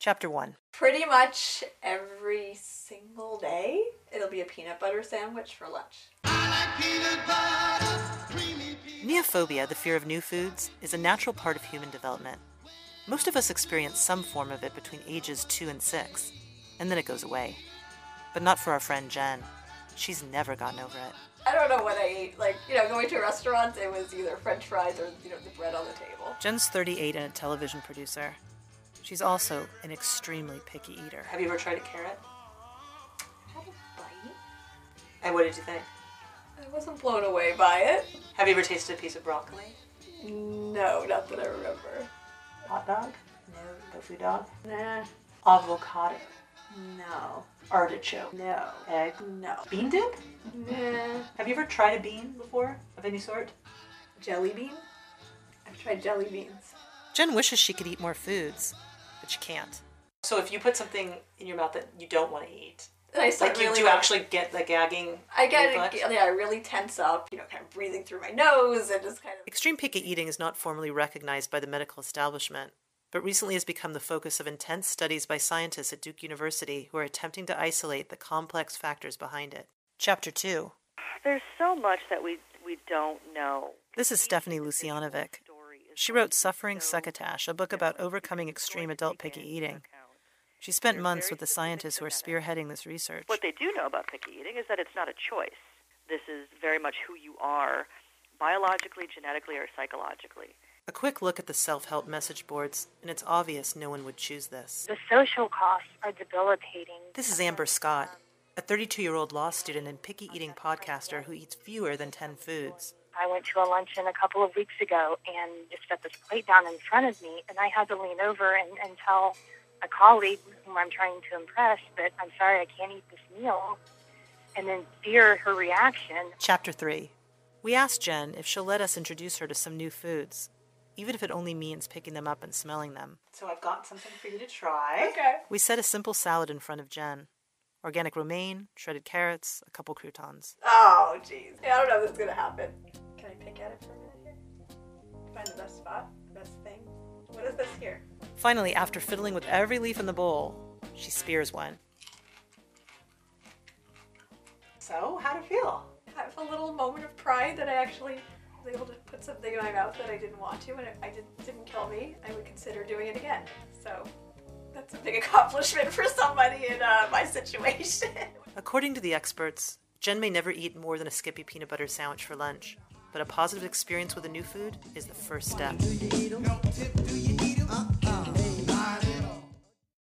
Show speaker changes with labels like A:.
A: Chapter one.
B: Pretty much every single day, it'll be a peanut butter sandwich for lunch.
A: Neophobia, the fear of new foods, is a natural part of human development. Most of us experience some form of it between ages two and six, and then it goes away. But not for our friend Jen. She's never gotten over it.
B: I don't know what I ate. Like, you know, going to restaurants, it was either french fries or, you know, the bread on the table.
C: Jen's 38 and a television producer. She's also an extremely picky eater.
D: Have you ever tried a carrot?
B: I had a bite.
D: And what did you think?
B: I wasn't blown away by it.
D: Have you ever tasted a piece of broccoli?
B: No, not that I remember.
D: Hot dog? No. Tofu dog?
B: Nah.
D: Avocado.
B: No.
D: Artichoke.
B: No.
D: Egg.
B: No.
D: Bean dip?
B: Nah.
D: Have you ever tried a bean before of any sort?
B: Jelly bean? I've tried jelly beans.
A: Jen wishes she could eat more foods, but she can't.
D: So if you put something in your mouth that you don't want to eat,
B: And I start
D: like
B: really
D: you do
B: like-
D: actually get the gagging.
B: I get
D: reflex?
B: yeah, I really tense up, you know, kind of breathing through my nose and just kind of
A: Extreme picky eating is not formally recognized by the medical establishment, but recently has become the focus of intense studies by scientists at Duke University who are attempting to isolate the complex factors behind it. Chapter 2.
E: There's so much that we we don't know.
A: This is Stephanie Lucianovic. She wrote Suffering Succotash, a book about overcoming extreme adult picky eating. She spent months with the scientists who are spearheading this research.
E: What they do know about picky eating is that it's not a choice. This is very much who you are, biologically, genetically, or psychologically.
A: A quick look at the self help message boards, and it's obvious no one would choose this.
F: The social costs are debilitating.
A: This is Amber Scott, a 32 year old law student and picky eating podcaster who eats fewer than 10 foods.
F: I went to a luncheon a couple of weeks ago and just set this plate down in front of me, and I had to lean over and, and tell a colleague whom I'm trying to impress that I'm sorry I can't eat this meal, and then fear her reaction.
A: Chapter 3. We asked Jen if she'll let us introduce her to some new foods, even if it only means picking them up and smelling them.
D: So I've got something for you to try.
B: Okay.
A: We set a simple salad in front of Jen organic romaine, shredded carrots, a couple croutons.
B: Oh jeez. Yeah, I don't know if this is gonna happen. Can I pick at it for a minute here? Find the best spot, the best thing. What is this here?
A: Finally, after fiddling with every leaf in the bowl, she spears one.
D: So how'd it feel?
B: I have a little moment of pride that I actually was able to put something in my mouth that I didn't want to, and it I didn't, didn't kill me. I would consider doing it again. So that's a big accomplishment for somebody in uh, my situation.
A: According to the experts, Jen may never eat more than a Skippy peanut butter sandwich for lunch, but a positive experience with a new food is the first step.
G: No tip, do you eat